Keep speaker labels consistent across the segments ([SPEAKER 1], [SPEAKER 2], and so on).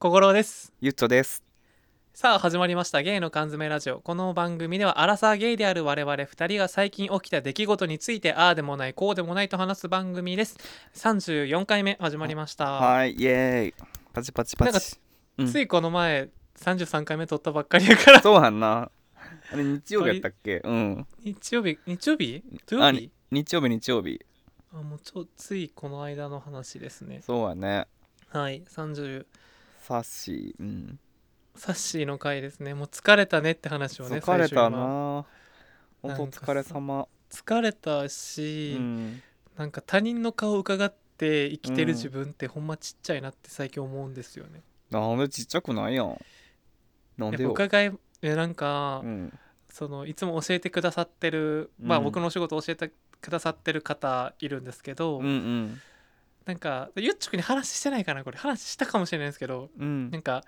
[SPEAKER 1] 小五郎です
[SPEAKER 2] ゆっちょです。
[SPEAKER 1] さあ始まりましたゲイの缶詰ラジオこの番組ではアラサーゲイである我々2人が最近起きた出来事についてああでもないこうでもないと話す番組です34回目始まりました、
[SPEAKER 2] はい、イエーイ。パチパチパ
[SPEAKER 1] なん
[SPEAKER 2] チ。うん
[SPEAKER 1] ついこの前33回目撮ったばっかりやから
[SPEAKER 2] そうはんな。あれ日曜日やったっけうん。
[SPEAKER 1] 日曜日日曜日土
[SPEAKER 2] あ
[SPEAKER 1] 曜日
[SPEAKER 2] に日曜日日曜日。
[SPEAKER 1] あもうちょついこの間の話ですね
[SPEAKER 2] そうはね。
[SPEAKER 1] はい30
[SPEAKER 2] サッシー。うん。
[SPEAKER 1] サッシーの回ですねもう疲れたねって話をね
[SPEAKER 2] 疲れ
[SPEAKER 1] 最初
[SPEAKER 2] た
[SPEAKER 1] 今
[SPEAKER 2] な。ほんとお疲れ様。
[SPEAKER 1] 疲れた
[SPEAKER 2] う
[SPEAKER 1] し、
[SPEAKER 2] ん。
[SPEAKER 1] なんか他人の顔を伺って生きてる自分ってほんまちっちゃいなって最近思うんですよね。
[SPEAKER 2] なんでちっちゃくないやん。な
[SPEAKER 1] やっ
[SPEAKER 2] んで
[SPEAKER 1] ぱ
[SPEAKER 2] よ。
[SPEAKER 1] 伺いえなんか、
[SPEAKER 2] うん。そ
[SPEAKER 1] そのいつも教えてくださってる、まあ
[SPEAKER 2] うん
[SPEAKER 1] 僕のお仕事を教えてくださってる方いるんですけど、
[SPEAKER 2] うんうん。
[SPEAKER 1] なんかゆっちょくに話してないかなこれ話したかもしれないですけど
[SPEAKER 2] うん
[SPEAKER 1] なんか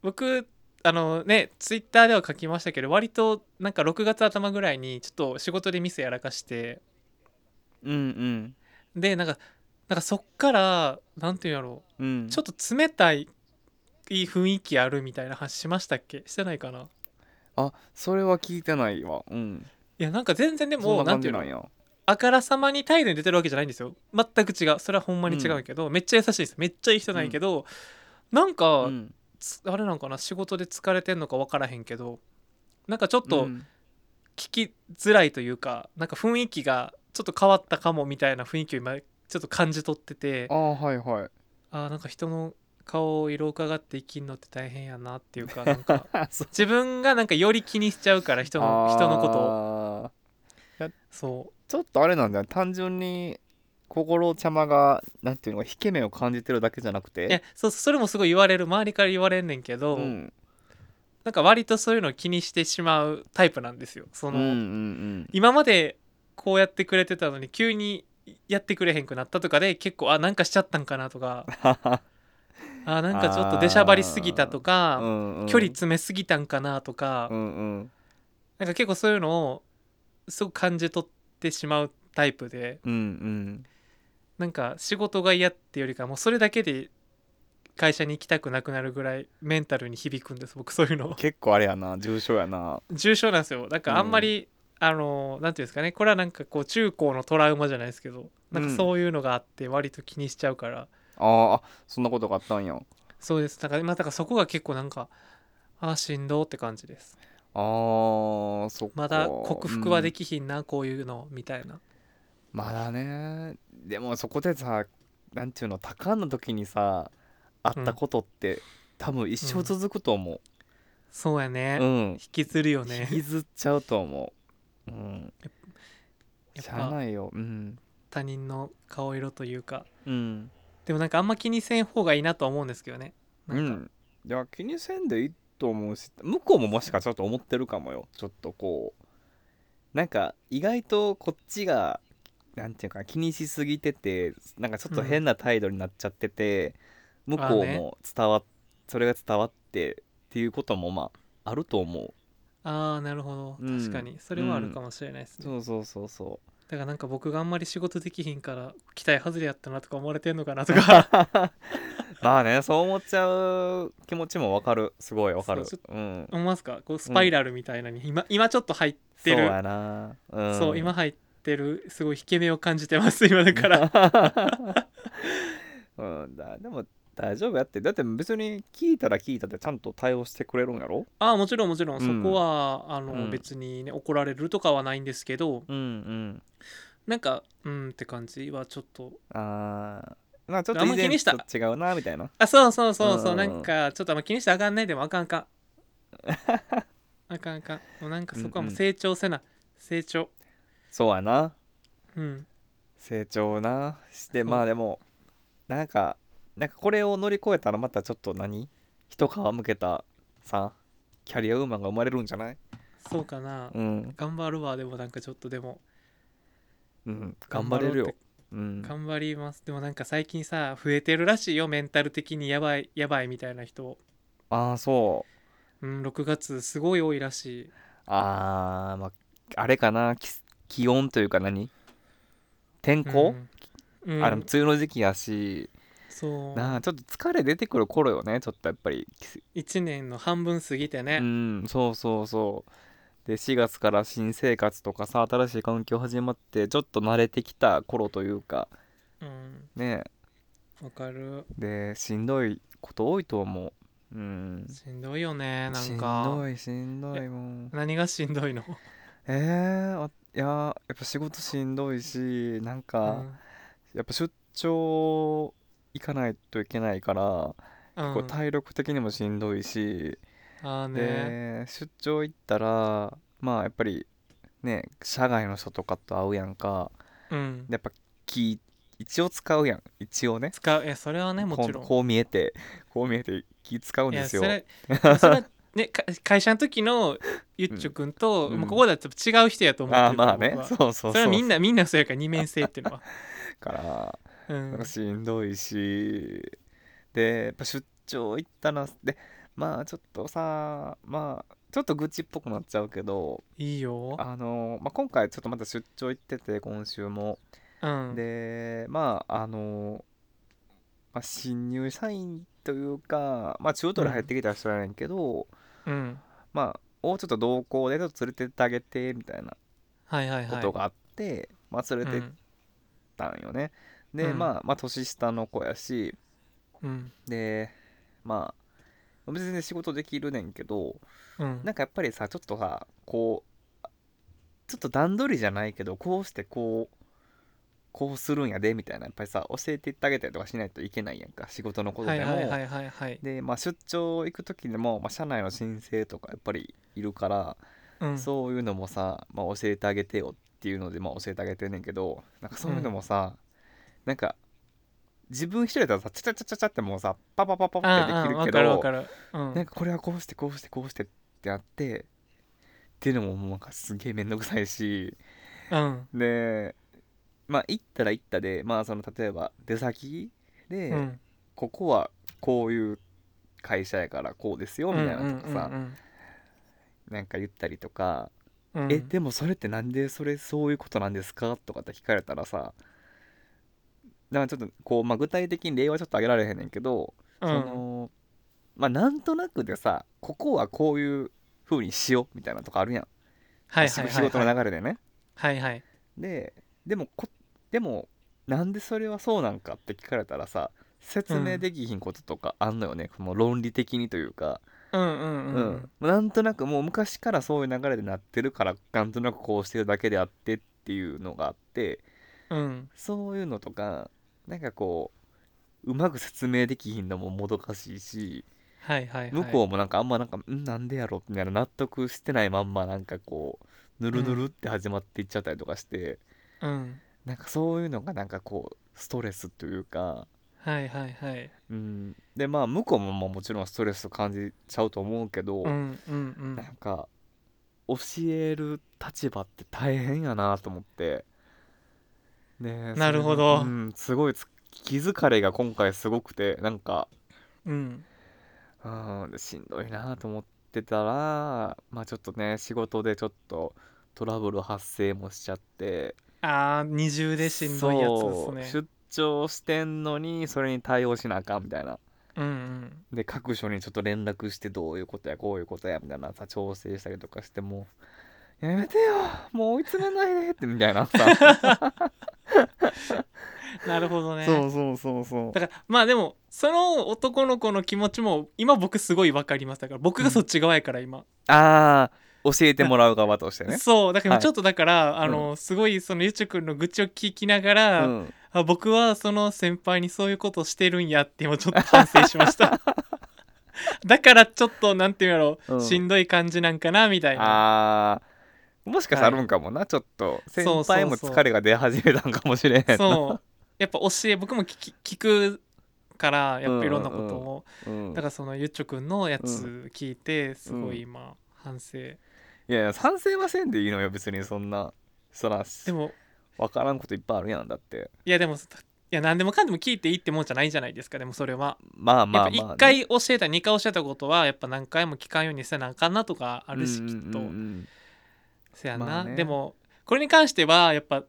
[SPEAKER 1] 僕あのねツイッターでは書きましたけど割となんか6月頭ぐらいにちょっと仕事でミスやらかして
[SPEAKER 2] うん
[SPEAKER 1] でなんかなんかそっからなんていうんやろう
[SPEAKER 2] うん。うん。
[SPEAKER 1] ちょっと冷たい雰囲気あるみたいな話しましたっけしてないかな
[SPEAKER 2] あそれは聞いてないわ。うん。
[SPEAKER 1] いやなんか全然で
[SPEAKER 2] そ
[SPEAKER 1] も
[SPEAKER 2] んな
[SPEAKER 1] なん
[SPEAKER 2] 感
[SPEAKER 1] ていう
[SPEAKER 2] じな
[SPEAKER 1] の
[SPEAKER 2] んや。
[SPEAKER 1] あからさまに態度に出てるわけじゃないんですよ全く違うそれはほんまに違うけど、めっちゃ優しいですめっちゃいい人なんやけど、なんか、
[SPEAKER 2] うん。
[SPEAKER 1] つあれなんかな仕事で疲れてんのか分からへんけどなんかちょっ
[SPEAKER 2] う
[SPEAKER 1] と
[SPEAKER 2] ん
[SPEAKER 1] 聞きづらいというか、なんか雰囲気がちょっと変わったかもみたいな雰囲気を今ちょっと感じ取ってて
[SPEAKER 2] あはいはい。
[SPEAKER 1] あーなんか人の顔色を伺って生きんのって大変やなっていうかなんか
[SPEAKER 2] そ
[SPEAKER 1] 自分がなんかより気にしちゃうから人の人のことを
[SPEAKER 2] と。
[SPEAKER 1] そ
[SPEAKER 2] ちょっとあれなんじゃない単純に心ちゃまがなんていうのか引け目を感じてるだけじゃなく
[SPEAKER 1] ういや
[SPEAKER 2] て
[SPEAKER 1] そうそれもすごい言われる周りから言われんねんけ
[SPEAKER 2] う
[SPEAKER 1] ど、
[SPEAKER 2] ん
[SPEAKER 1] なんか割とそういうのを気にしてしまうタイプなんですよそ
[SPEAKER 2] うんう
[SPEAKER 1] の、
[SPEAKER 2] んうん
[SPEAKER 1] 今までこうやってくれてたのに急にやってくれへんくなったとかで結構あなんかしちゃったんかなと かあなんかちょっと出しゃばりすぎたとか、
[SPEAKER 2] うんうん
[SPEAKER 1] 距離詰めすぎたんかなとか、
[SPEAKER 2] うんうん
[SPEAKER 1] なんか結構そういうのをすごく感じ取ってしまうタイプで
[SPEAKER 2] うんうん
[SPEAKER 1] なんか仕事が嫌ってよりかもうそれだけで会社に行きたくなくなるぐらいメンタルに響くんです僕そういうの
[SPEAKER 2] 結構あれやな重症やな
[SPEAKER 1] 重症なんですよなんかあんまり、あのなんていうんですかねこれはなんかこう中高のトラウマじゃないですけどなんかそういうのがあって割と気にしちゃうから、
[SPEAKER 2] あーあそんなことがあったんや
[SPEAKER 1] そうですだから今だからそこが結構なんかあーしんどって感じです
[SPEAKER 2] あーそっか
[SPEAKER 1] まだ克服はでき
[SPEAKER 2] き、
[SPEAKER 1] ひんな、こういうのみたいな
[SPEAKER 2] うんまだねでもそこでさなんていうの多感な時にさあったことって、多分一生続くと思
[SPEAKER 1] そうやね
[SPEAKER 2] う、、うん
[SPEAKER 1] 引きずるよね
[SPEAKER 2] 引きずっちゃうと思う。うん。
[SPEAKER 1] やっ
[SPEAKER 2] しゃあ
[SPEAKER 1] ぱ
[SPEAKER 2] ないよ。うん。
[SPEAKER 1] 他人の顔色というか
[SPEAKER 2] うん。
[SPEAKER 1] でもなんかあんま気にせん方がいいなとは思うんですけどねな
[SPEAKER 2] うん
[SPEAKER 1] か、
[SPEAKER 2] ん。いや、気にせんでいいと思うし、向こうももしかしたらちょっと思ってるかもよ。ちょっとこう。なんか、意外とこっちが、なんていうか、気にしすぎてて、なんかちょっと変な態度になっちゃってて、向こう
[SPEAKER 1] あー
[SPEAKER 2] も伝わっ、それが伝わってっていうこともまあ、あると思う。
[SPEAKER 1] ああなるほど
[SPEAKER 2] うん
[SPEAKER 1] 確かにそれはあるかもしれないですね、
[SPEAKER 2] そうそうそうそう。
[SPEAKER 1] だからなんか僕があんまり仕事できひんから期待外れやったなとか思われてんのかなとか
[SPEAKER 2] まあね、そう思っちゃう気持ちもわかる。すごいわかる
[SPEAKER 1] そう。
[SPEAKER 2] うん。
[SPEAKER 1] 思いますかこうスパイラルみたいなに、今今ちょっと入って
[SPEAKER 2] そう
[SPEAKER 1] る
[SPEAKER 2] やな、うん、
[SPEAKER 1] そう今入ってるすごい引け目を感じてます今だ から
[SPEAKER 2] らうんだでも大丈夫やってだって別に聞いたら聞いたってちゃんと対応してくれるんやろ
[SPEAKER 1] ああもちろんもちろん
[SPEAKER 2] うん
[SPEAKER 1] そこは、あの、
[SPEAKER 2] うん
[SPEAKER 1] 別にね怒られるとかはないんですけど
[SPEAKER 2] うんうん
[SPEAKER 1] なんかうんって感じはちょっと
[SPEAKER 2] ああまあちょっ
[SPEAKER 1] あ
[SPEAKER 2] と
[SPEAKER 1] ん
[SPEAKER 2] 以
[SPEAKER 1] ま気
[SPEAKER 2] 前
[SPEAKER 1] にし
[SPEAKER 2] と
[SPEAKER 1] た
[SPEAKER 2] 違うなみたいな
[SPEAKER 1] あそうそうそうそう
[SPEAKER 2] うん
[SPEAKER 1] なんかちょっとあんま気にしてあかんねでもあかんあかん あかんあかんもうなんかそこはもう成長せな、成長
[SPEAKER 2] そうやな
[SPEAKER 1] うん
[SPEAKER 2] 成長なして
[SPEAKER 1] そう
[SPEAKER 2] まあでもなんかなんかこれを乗り越えたらまたちょっと何一皮むけたさキャリアウーマンが生まれるんじゃない
[SPEAKER 1] そうかな、
[SPEAKER 2] うん、
[SPEAKER 1] 頑張るわでもなんかちょっとでも
[SPEAKER 2] うん、頑張れ
[SPEAKER 1] ろ
[SPEAKER 2] る
[SPEAKER 1] うっ
[SPEAKER 2] よ
[SPEAKER 1] て、
[SPEAKER 2] うん、
[SPEAKER 1] 頑張りますでもなんか最近さ増えてるらしいよメンタル的にやばいやばいみたいな人
[SPEAKER 2] ああそう
[SPEAKER 1] うん6月すごい多いらしい
[SPEAKER 2] あー、まあ、あれかな気す気温というか何天候、
[SPEAKER 1] うんうん
[SPEAKER 2] あれも梅雨の時期やし
[SPEAKER 1] そう
[SPEAKER 2] なあちょっと疲れ出てくる頃よねちょっとやっぱりきす
[SPEAKER 1] 1年の半分過ぎてね、
[SPEAKER 2] うんそうそうそうで4月から新生活とかさ新しい環境始まってちょっと慣れてきた頃というか
[SPEAKER 1] うん
[SPEAKER 2] ね
[SPEAKER 1] わかる
[SPEAKER 2] でしんどいこと多いと思ううん
[SPEAKER 1] しんどいよねな
[SPEAKER 2] しん
[SPEAKER 1] んか
[SPEAKER 2] どいしんどいもう
[SPEAKER 1] 何がしんどいの、
[SPEAKER 2] えー、あいやーやっぱ仕事しんどいしなん
[SPEAKER 1] う
[SPEAKER 2] か、
[SPEAKER 1] ん
[SPEAKER 2] やっぱ出張行かないといけないから、
[SPEAKER 1] うん
[SPEAKER 2] こう体力的にもしんどいし、
[SPEAKER 1] ああね
[SPEAKER 2] で出張行ったらまあやっぱりね社外の人とかと会うやんか
[SPEAKER 1] うん
[SPEAKER 2] でやっぱ気一応使うやん一応ね
[SPEAKER 1] 使ういやそれはねも
[SPEAKER 2] こ
[SPEAKER 1] ち
[SPEAKER 2] う
[SPEAKER 1] ろん
[SPEAKER 2] こう見えてこう見えて気使うん
[SPEAKER 1] い
[SPEAKER 2] で
[SPEAKER 1] や
[SPEAKER 2] すよ
[SPEAKER 1] それいやそれは ねか会社の時のゆっちょくんと、
[SPEAKER 2] うん
[SPEAKER 1] もうここだと違う人やと思って
[SPEAKER 2] ああ
[SPEAKER 1] るから
[SPEAKER 2] まあね
[SPEAKER 1] 僕は
[SPEAKER 2] そうそうそう
[SPEAKER 1] それはみんなみんなそうやから二面性っていうのは、
[SPEAKER 2] から
[SPEAKER 1] う
[SPEAKER 2] なん
[SPEAKER 1] ん
[SPEAKER 2] か、しんどいしでやっぱ出張行ったらでまあちょっとさまあちょっと愚痴っぽくなっちゃうけど
[SPEAKER 1] いいよ
[SPEAKER 2] あの、まあ、今回ちょっとまた出張行ってて今週も
[SPEAKER 1] うん
[SPEAKER 2] でまああの、まあ、新入社員というかまあ中途で入ってきた人やねんけど、
[SPEAKER 1] うん
[SPEAKER 2] まあをちょっと同行でちょっと連れてってあげてみたいな
[SPEAKER 1] はいはい
[SPEAKER 2] こ
[SPEAKER 1] はい
[SPEAKER 2] とがあって、まあ連れて
[SPEAKER 1] う
[SPEAKER 2] っ
[SPEAKER 1] ん
[SPEAKER 2] たんよね、で、
[SPEAKER 1] うん
[SPEAKER 2] まあまあ年下の子やし
[SPEAKER 1] うん
[SPEAKER 2] でまあ別に仕事できるねんけど
[SPEAKER 1] うん
[SPEAKER 2] なんかやっぱりさちょっとさこうちょっと段取りじゃないけどこうしてこうこうするんやでみたいなやっぱりさ教えてってあげたりとかしないといけないやんか仕事のこと
[SPEAKER 1] は
[SPEAKER 2] で
[SPEAKER 1] い
[SPEAKER 2] も、
[SPEAKER 1] はいはいはいはい
[SPEAKER 2] で、まあ、出張行く時でも、まあ、社内の申請とかやっぱりいるから、
[SPEAKER 1] うん
[SPEAKER 2] そういうのもさ、まあ、教えてあげてよっていうので、まあ、教えてあげてんねんけどなんかそういうのもさ、なんか自分一人だったらさチャチャチャチャチャってもうさパパパパパってで
[SPEAKER 1] ああ
[SPEAKER 2] きる
[SPEAKER 1] わ
[SPEAKER 2] け
[SPEAKER 1] かるわ
[SPEAKER 2] ど
[SPEAKER 1] かる、うん、
[SPEAKER 2] なんかこれはこうしてこうしてこうしてってやってっていうのももうなんかすげえ面倒くさいし
[SPEAKER 1] うん
[SPEAKER 2] でまあ行ったら行ったでまあその例えば出先で、
[SPEAKER 1] うん
[SPEAKER 2] ここはこういう会社やからこうですよみたいなとかさ、
[SPEAKER 1] うん
[SPEAKER 2] なんか言ったりとか
[SPEAKER 1] うんうんうん
[SPEAKER 2] えでもそれってなんでそれそういうことなんですかとかって聞かれたらさなんかちょっとこう、まあ、具体的に例はちょっと挙げられへんねんけど、
[SPEAKER 1] うん
[SPEAKER 2] そのまあなんとなくでさここはこういう風にしようみたいなとこあるやん、
[SPEAKER 1] はいはいはいはい
[SPEAKER 2] 仕事の流れでね
[SPEAKER 1] はいはい
[SPEAKER 2] ででもこでもなんでそれはそうなんかって聞かれたらさ説明できひんこととかあんのよね、この論理的にというか、
[SPEAKER 1] うんうんうん、
[SPEAKER 2] うん、なんとなくもう昔からそういう流れでなってるからなんとなくこうしてるだけであってっていうのがあって
[SPEAKER 1] うん、
[SPEAKER 2] そういうのとかなんかこううまく説明できひんのももどかしいし
[SPEAKER 1] はいはいはい
[SPEAKER 2] 向こうもなんかあんまなんか「んなんでやろ?」みたいな納得してないまんまなんかこうぬるぬるって始まっていっちゃったりとかして、
[SPEAKER 1] う、うん、
[SPEAKER 2] なんかそういうのがなんかこうストレスというか、
[SPEAKER 1] はいはいはい
[SPEAKER 2] うん、でまあ向こうもまあもちろんストレス感じちゃうと思うけ
[SPEAKER 1] う
[SPEAKER 2] ど、
[SPEAKER 1] んうんうん
[SPEAKER 2] なんか教える立場って大変やなと思ってねえ
[SPEAKER 1] なるほ
[SPEAKER 2] そ
[SPEAKER 1] ど
[SPEAKER 2] れがうん、すごいつ気疲れが今回すごくてなんか
[SPEAKER 1] うん
[SPEAKER 2] うんしんどいなと思ってたらまあちょっとね仕事でちょっとトラブル発生もしちゃって
[SPEAKER 1] ああ二重でしんどいやつです
[SPEAKER 2] そ
[SPEAKER 1] ね
[SPEAKER 2] う出張してんのにそれに対応しなあかんみたいな
[SPEAKER 1] うんうん
[SPEAKER 2] で各所にちょっと連絡してどういうことやこういうことやみたいなさ調整したりとかしてもうやめてよもう追い詰めないでってみたい なさ
[SPEAKER 1] なるほどね
[SPEAKER 2] そうそうそうそう
[SPEAKER 1] だからまあでもその男の子の気持ちも今僕すごいわかりますだから僕がそっち側やから今、
[SPEAKER 2] ああ教えてもらう側とし てね
[SPEAKER 1] そうだから
[SPEAKER 2] はい
[SPEAKER 1] ちょっとだから、あの、すごいそのゆちゅくんの愚痴を聞きながら、
[SPEAKER 2] うん
[SPEAKER 1] あ僕はその先輩にそういうことしてるんやって今ちょっと反省しました だからちょっとなんていうんやろ、
[SPEAKER 2] うん
[SPEAKER 1] しんどい感じなんかなみたいな
[SPEAKER 2] あーもしかしたらあるんかもな、ちょっと先輩も疲れが出始めたんかもしれへんな
[SPEAKER 1] そうやっぱ教え僕も聞き聞くからやっぱいろんなことを、
[SPEAKER 2] うんう ん
[SPEAKER 1] だからそのゆっちょくんのや
[SPEAKER 2] う
[SPEAKER 1] つ聞いてすごい今反省、
[SPEAKER 2] いやいや賛成はせんでいいのよ別にそんなそら
[SPEAKER 1] でも
[SPEAKER 2] 分からんこといっぱいあるやんだって
[SPEAKER 1] いやでもいや何でもかんでも聞いていいってもんじゃないじゃないですかでもそれは
[SPEAKER 2] まあ
[SPEAKER 1] や
[SPEAKER 2] ま
[SPEAKER 1] っぱ
[SPEAKER 2] あま
[SPEAKER 1] 1
[SPEAKER 2] あ、
[SPEAKER 1] 回教えた2回教えたことはやっぱ何回も聞かんようにせなあかんなとかあるし
[SPEAKER 2] うん
[SPEAKER 1] き
[SPEAKER 2] う
[SPEAKER 1] っ
[SPEAKER 2] ん
[SPEAKER 1] と
[SPEAKER 2] うんうん
[SPEAKER 1] せや
[SPEAKER 2] ま
[SPEAKER 1] な
[SPEAKER 2] あね
[SPEAKER 1] でもこれに関してはやっぱ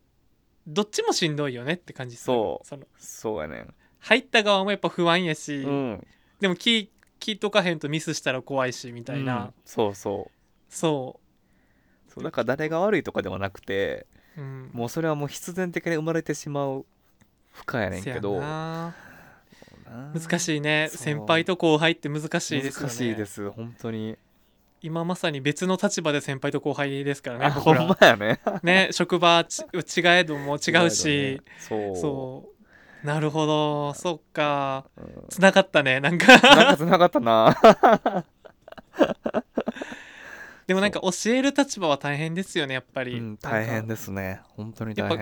[SPEAKER 1] どっちもしんどいよねって感じする
[SPEAKER 2] そう
[SPEAKER 1] その
[SPEAKER 2] そうやねん
[SPEAKER 1] 入った側もやっぱ不安やし、
[SPEAKER 2] うん
[SPEAKER 1] でも聞聞いとかへんとミスしたら怖いしみたいな、
[SPEAKER 2] うんそうそ
[SPEAKER 1] そう
[SPEAKER 2] そうだから誰が悪いとかではなくて
[SPEAKER 1] う、うん、
[SPEAKER 2] もうそれはもう必然的に生まれてしまう負荷やねん
[SPEAKER 1] せ
[SPEAKER 2] け
[SPEAKER 1] や
[SPEAKER 2] ど
[SPEAKER 1] な難
[SPEAKER 2] 難
[SPEAKER 1] しいね
[SPEAKER 2] そう
[SPEAKER 1] 先輩と後輩って難しいですよね
[SPEAKER 2] 難しいです本当に
[SPEAKER 1] 今まさに別の立場で先輩と後輩ですからね
[SPEAKER 2] あほ
[SPEAKER 1] 僕
[SPEAKER 2] ん
[SPEAKER 1] ら
[SPEAKER 2] まやね
[SPEAKER 1] ね職場ち違えども違うし、
[SPEAKER 2] そう
[SPEAKER 1] そうなるほどそっか
[SPEAKER 2] う、ん
[SPEAKER 1] つながったねなん
[SPEAKER 2] なんか
[SPEAKER 1] か
[SPEAKER 2] つながったな
[SPEAKER 1] でもなんか教える立場は大変ですよねやっぱ
[SPEAKER 2] う
[SPEAKER 1] り、
[SPEAKER 2] ん大変
[SPEAKER 1] で
[SPEAKER 2] ですね本当に大
[SPEAKER 1] や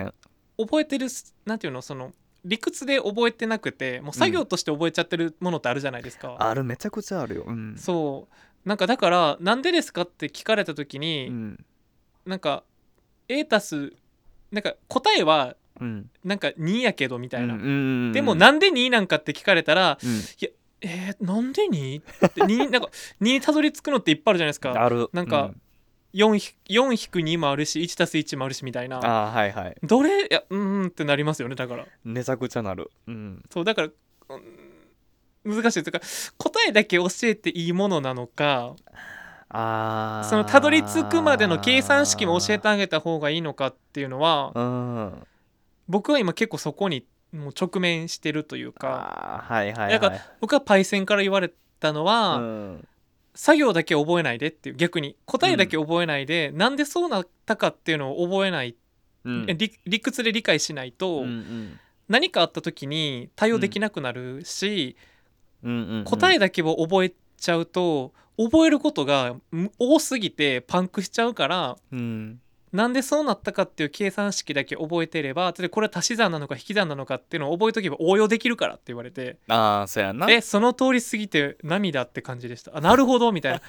[SPEAKER 2] 変
[SPEAKER 1] 覚えてるすなんていうのその理屈で覚えてなくてもう作業として覚えちゃってるものってあるじゃないですか、
[SPEAKER 2] あるめちゃくちゃあるようん
[SPEAKER 1] そうなんかだからなんでですかって聞かれた時に、
[SPEAKER 2] うん
[SPEAKER 1] なんか A たすなんか答えは
[SPEAKER 2] うん
[SPEAKER 1] なんか2やけどみたいな、
[SPEAKER 2] な
[SPEAKER 1] でもなんで2なんかって聞かれたら
[SPEAKER 2] う
[SPEAKER 1] えー、なんで 2? って2なんか2にたどり着くのっていっぱいあるじゃないです
[SPEAKER 2] ん
[SPEAKER 1] か
[SPEAKER 2] ある
[SPEAKER 1] なんか
[SPEAKER 2] う
[SPEAKER 1] 4ひ4引く2もあるし1たす1もあるしみたいな
[SPEAKER 2] あーはいはい
[SPEAKER 1] どれいやうーんってなりますよねだから
[SPEAKER 2] めちゃくちゃなるうん
[SPEAKER 1] そうだから、うん難しいというか答えだけ教えていいものなのか
[SPEAKER 2] あー
[SPEAKER 1] そのたどり着くまでの計算式も教えてあげた方がいいのかっていうのは
[SPEAKER 2] うん
[SPEAKER 1] 僕は今結構そこにもう直面してるというか
[SPEAKER 2] あーはいはいはい
[SPEAKER 1] なんか僕はパイセンから言われたのは、
[SPEAKER 2] うん
[SPEAKER 1] 作業だけ覚えないでっていう逆に答えだけ覚えないで、なんでそうなったかっていうのを覚えない、
[SPEAKER 2] うん
[SPEAKER 1] え理理屈で理解しないと、
[SPEAKER 2] うんうん
[SPEAKER 1] 何かあった時に対応できなくなるし、
[SPEAKER 2] うんうん
[SPEAKER 1] 答えだけを覚えちゃうと覚えることがむ多すぎてパンクしちゃうから
[SPEAKER 2] うん
[SPEAKER 1] なんでそうなったかっていう計算式だけ覚えてればでこれは足し算なのか引き算なのかっていうのを覚えとけば応用できるからって言われて
[SPEAKER 2] ああそうやな
[SPEAKER 1] えその通り過ぎて涙って感じでしたあなるほどみたい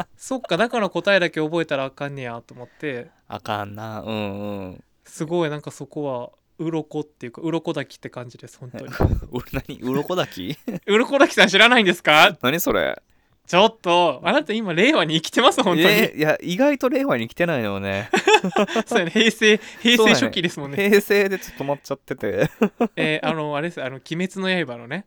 [SPEAKER 1] な そっかだから答えだけ覚えたらあかんねやと思って
[SPEAKER 2] あかんなうんうん
[SPEAKER 1] すごいなんかそこは鱗っていうか鱗滝って感じです本 当に
[SPEAKER 2] 俺何鱗だき
[SPEAKER 1] 鱗滝さん知らないんですか
[SPEAKER 2] 何それ
[SPEAKER 1] ちょっとあなた今令和に生きてます本当に、
[SPEAKER 2] えーいや意外と令和に来てないのよね
[SPEAKER 1] そうやね平成 平
[SPEAKER 2] そう
[SPEAKER 1] 成
[SPEAKER 2] やね
[SPEAKER 1] 初期ですもんね
[SPEAKER 2] 平成でちょっと止まっちゃってて
[SPEAKER 1] えーあのあれですあの「鬼滅の刃」のね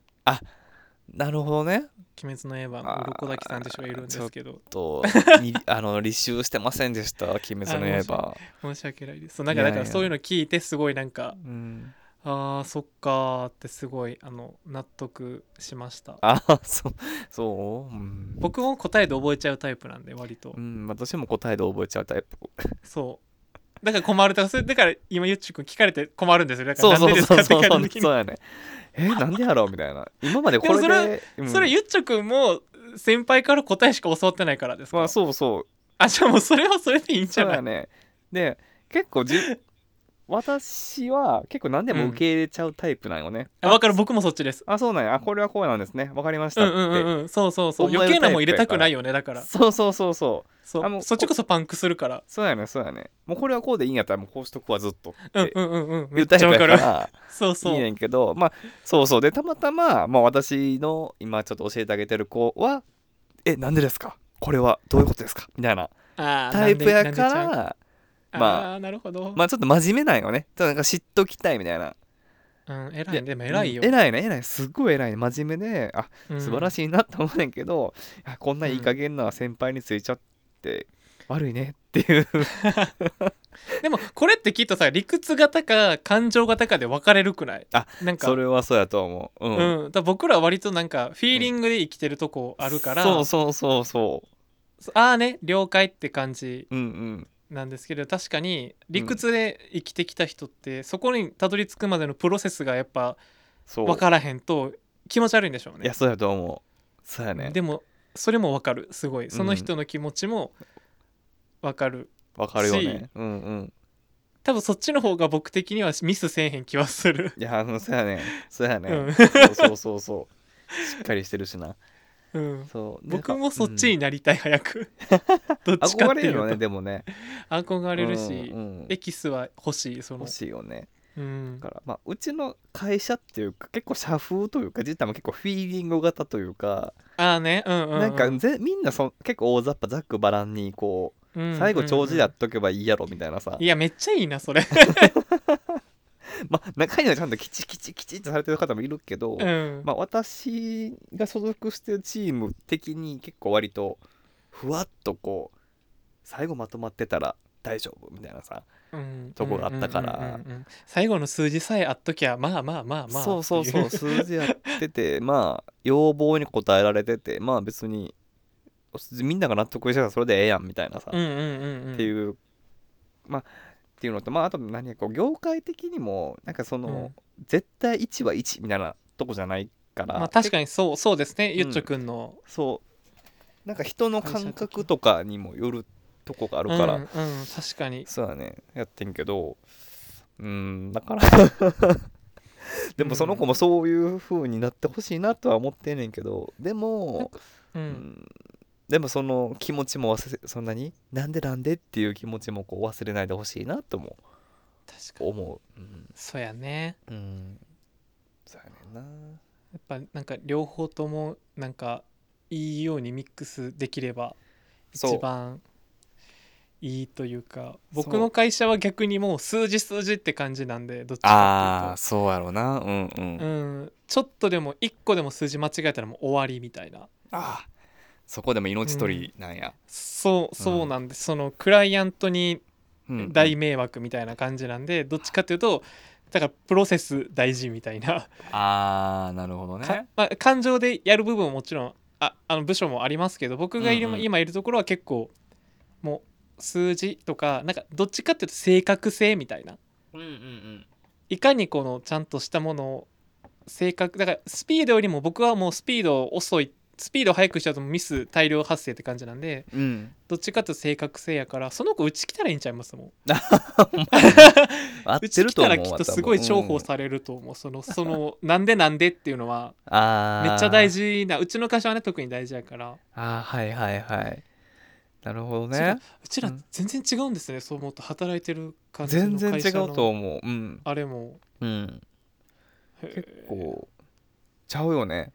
[SPEAKER 2] なるほどね
[SPEAKER 1] 「鬼滅の刃」
[SPEAKER 2] あ
[SPEAKER 1] の
[SPEAKER 2] ー
[SPEAKER 1] 鱗滝さんでしょいるんですけど
[SPEAKER 2] とに あの履修してませんでした「鬼滅の刃
[SPEAKER 1] 申し訳ないですそうなんか
[SPEAKER 2] いや
[SPEAKER 1] だ
[SPEAKER 2] いや
[SPEAKER 1] からそういうの聞いてすごいなんか」
[SPEAKER 2] うん
[SPEAKER 1] あーそっかーってすごいあの納得しました
[SPEAKER 2] ああそうそううん、
[SPEAKER 1] 僕も答えで覚えちゃうタイプなんで割と
[SPEAKER 2] うん、私も答えで覚えちゃうタイプ
[SPEAKER 1] そうだから困るとかそれだから今ゆっちゅくん聞かれて困るんですよだか
[SPEAKER 2] そ
[SPEAKER 1] ら
[SPEAKER 2] う
[SPEAKER 1] なんで
[SPEAKER 2] そう
[SPEAKER 1] です
[SPEAKER 2] そ
[SPEAKER 1] か
[SPEAKER 2] う
[SPEAKER 1] って聞
[SPEAKER 2] そう
[SPEAKER 1] かれた
[SPEAKER 2] そう
[SPEAKER 1] 時に
[SPEAKER 2] そうやね えなんでやろうみたいな今までこれ
[SPEAKER 1] で
[SPEAKER 2] で
[SPEAKER 1] もそれ
[SPEAKER 2] うん
[SPEAKER 1] それゆっちゅくんも先輩から答えしか教わってないからですか、
[SPEAKER 2] まあそうそう
[SPEAKER 1] あじゃあもうそれはそれでいいんじ
[SPEAKER 2] そ
[SPEAKER 1] ゃ
[SPEAKER 2] う
[SPEAKER 1] ない
[SPEAKER 2] やねで結構じゅ私は結構何でも受け入れちゃうタイプなんよね、
[SPEAKER 1] あわかる僕もそっちです
[SPEAKER 2] あそうなんやあこれはこうなんですねわかりまし
[SPEAKER 1] う
[SPEAKER 2] たっ
[SPEAKER 1] ん
[SPEAKER 2] て、
[SPEAKER 1] うんうんうんそうそうそう
[SPEAKER 2] 思える
[SPEAKER 1] 余計なもん
[SPEAKER 2] タ
[SPEAKER 1] 入
[SPEAKER 2] イ
[SPEAKER 1] れ
[SPEAKER 2] プやから
[SPEAKER 1] たくないよねだから
[SPEAKER 2] そうそうそうそうあ
[SPEAKER 1] そ
[SPEAKER 2] も
[SPEAKER 1] う
[SPEAKER 2] う
[SPEAKER 1] そっちこそパンクするから
[SPEAKER 2] そうやねそうやねもうこれはこうでいいんやったらもうこうしとくわずっとって
[SPEAKER 1] うんうんうんうんめっ
[SPEAKER 2] 言うタイ
[SPEAKER 1] ち
[SPEAKER 2] プ
[SPEAKER 1] ゃわ
[SPEAKER 2] や
[SPEAKER 1] か
[SPEAKER 2] か
[SPEAKER 1] る
[SPEAKER 2] ら
[SPEAKER 1] そうそ
[SPEAKER 2] いいうねんけどまあそうそうでたまたま、まあ、私の今ちょっと教えてあげてる子は「えなんでですかこれはどういうことですか?」みたいな
[SPEAKER 1] あー
[SPEAKER 2] タイプ
[SPEAKER 1] なんでなん
[SPEAKER 2] やか
[SPEAKER 1] でちゃう
[SPEAKER 2] らま
[SPEAKER 1] ああーなるほど、
[SPEAKER 2] まあちょっと真面目なんよねちょっとなんか知っときたいみたいな
[SPEAKER 1] うん、偉いねでも偉いよ、
[SPEAKER 2] うん偉いね偉いすっごい偉いね真面目であ素晴ら
[SPEAKER 1] い、
[SPEAKER 2] しいなと思うねんけど、あこんないい加減な先輩についちゃって悪いねっていう
[SPEAKER 1] でもこれってきっとさ理屈型か感情型かで分かれるくない
[SPEAKER 2] あ
[SPEAKER 1] なんか
[SPEAKER 2] それはそうやと思ううん、
[SPEAKER 1] うん、だから僕らは割となんかフィーリングで生きてるとこあるから、
[SPEAKER 2] そうそうそうそ
[SPEAKER 1] ああね了解って感じ
[SPEAKER 2] ううんうん
[SPEAKER 1] なんですけど確かに理屈で生きてきた人って、そこにたどり着くまでのプロセスがやっぱ
[SPEAKER 2] そう
[SPEAKER 1] 分からへんと気持ち悪いんでしょう
[SPEAKER 2] いや
[SPEAKER 1] ね。
[SPEAKER 2] そうやと思うそうやね
[SPEAKER 1] でもそれも分かるすごいその人の気持ちも分かる、
[SPEAKER 2] わかるよ
[SPEAKER 1] し
[SPEAKER 2] ねうんうん
[SPEAKER 1] 多分そっちの方が僕的にはミスせえへん気はする。
[SPEAKER 2] いやうんそうやねそうやね、
[SPEAKER 1] うん
[SPEAKER 2] そうそうそうそうしっかりしてるしな
[SPEAKER 1] うん
[SPEAKER 2] そうで
[SPEAKER 1] 僕もそっちになりたい、早く どっ
[SPEAKER 2] うん
[SPEAKER 1] ちかっ
[SPEAKER 2] 憧
[SPEAKER 1] て
[SPEAKER 2] れ
[SPEAKER 1] い
[SPEAKER 2] る
[SPEAKER 1] う
[SPEAKER 2] よね
[SPEAKER 1] と
[SPEAKER 2] でもね
[SPEAKER 1] 憧れるし、
[SPEAKER 2] うんうん
[SPEAKER 1] エキスは欲しいその
[SPEAKER 2] 欲しいよね
[SPEAKER 1] うん
[SPEAKER 2] だから、まあ、うちの会社っていうか結構社風というか自体も結構フィーリング型というか、
[SPEAKER 1] ああねうんうんう、
[SPEAKER 2] なんかぜみんなそ結構大雑把ざっくばらんにこう、
[SPEAKER 1] うん
[SPEAKER 2] 最後長寿や
[SPEAKER 1] うん
[SPEAKER 2] っとけばいいやろみたいなさ、
[SPEAKER 1] うんいやめっちゃいいなそれ
[SPEAKER 2] まあ中にはちゃんとキチキチキチってされてる方もいるけ
[SPEAKER 1] う
[SPEAKER 2] ど、
[SPEAKER 1] ん、
[SPEAKER 2] まあ私が所属してるチーム的に結構割とふわっとこう最後まとまってたら大丈夫みたいなさ、
[SPEAKER 1] うん
[SPEAKER 2] とこがあったから
[SPEAKER 1] うんうんうんうん最後の数字さえあっときゃまあまあまあまあ
[SPEAKER 2] そうそうそう
[SPEAKER 1] ってい
[SPEAKER 2] 数字やってて まあ要望に応えられててまあ別にみんなが納得してたらそれでええやんみたいなさ、
[SPEAKER 1] うんうんうんうん
[SPEAKER 2] っていうまあっていうのとまああと何やこう業界的にもなんかその、
[SPEAKER 1] うん
[SPEAKER 2] 絶対1は1みたいなとこじゃないから、
[SPEAKER 1] まあ確か
[SPEAKER 2] に
[SPEAKER 1] にそうそうですね、
[SPEAKER 2] ん
[SPEAKER 1] ゆっちょくんの
[SPEAKER 2] そうなんか人の感覚とかにもよるとこがあるから、
[SPEAKER 1] うん、うん確かに
[SPEAKER 2] そうだねやってんけどうんだ からでもその子もそういう風になってほしいなとは思ってんねんけどでも
[SPEAKER 1] う、
[SPEAKER 2] うんんでもその気持ちも忘れそんなになんでなんでっていう気持ちもこう忘れないでほしいなとも
[SPEAKER 1] 確かに
[SPEAKER 2] 思ううん、
[SPEAKER 1] そうやね
[SPEAKER 2] うん、そうやねんな
[SPEAKER 1] やっぱなんか両方ともなんかいいようにミックスできれば
[SPEAKER 2] そう
[SPEAKER 1] 一番いいというか
[SPEAKER 2] そう
[SPEAKER 1] 僕の会社は逆にもう数字数字って感じなんでどっちか
[SPEAKER 2] そうやろうなうんう
[SPEAKER 1] ってい
[SPEAKER 2] ん
[SPEAKER 1] うと、うん、ちょっとでも1個でも数字間違えたらもう終わりみたいな
[SPEAKER 2] あそこでも命りなんや、
[SPEAKER 1] そう
[SPEAKER 2] うん
[SPEAKER 1] そうなんです、そのクライアントに
[SPEAKER 2] うん
[SPEAKER 1] 大迷惑みたいな感じなんでどっちかというとだからプロセス大事みたいな、
[SPEAKER 2] ああなるほど
[SPEAKER 1] かまあ、感情でやる部分ももちろんああの部署もありますけど僕がいる、
[SPEAKER 2] うんうん
[SPEAKER 1] 今いるところは結構もう数字とかなんかどっちかっていうと正確性みたいな
[SPEAKER 2] うんうんうん
[SPEAKER 1] いかにこのちゃんとしたものを正確だからスピードよりも僕はもうスピード遅いスピード速くしちゃうとミス大量発生って感じなんで
[SPEAKER 2] うん、
[SPEAKER 1] どっちかっていうと正確性やからその子うち来たらいいんちゃいますもん
[SPEAKER 2] 合っ
[SPEAKER 1] う
[SPEAKER 2] て
[SPEAKER 1] ち
[SPEAKER 2] る
[SPEAKER 1] 来
[SPEAKER 2] と
[SPEAKER 1] た
[SPEAKER 2] 思う
[SPEAKER 1] らきっとすごい重宝
[SPEAKER 2] れ
[SPEAKER 1] されると思う、そのそのなんでなんでっていうのは
[SPEAKER 2] あ
[SPEAKER 1] め
[SPEAKER 2] ー
[SPEAKER 1] っちゃ大事なうちの会社はね特に大事やから
[SPEAKER 2] あーはいはいはいなるほどね
[SPEAKER 1] うちら
[SPEAKER 2] うん
[SPEAKER 1] 全然違うんですね、そう思うと働いてる感じ
[SPEAKER 2] 全
[SPEAKER 1] の
[SPEAKER 2] 然
[SPEAKER 1] 会
[SPEAKER 2] 違う
[SPEAKER 1] 社の
[SPEAKER 2] と思ううん
[SPEAKER 1] あれも
[SPEAKER 2] うん
[SPEAKER 1] 結
[SPEAKER 2] こうちゃうよね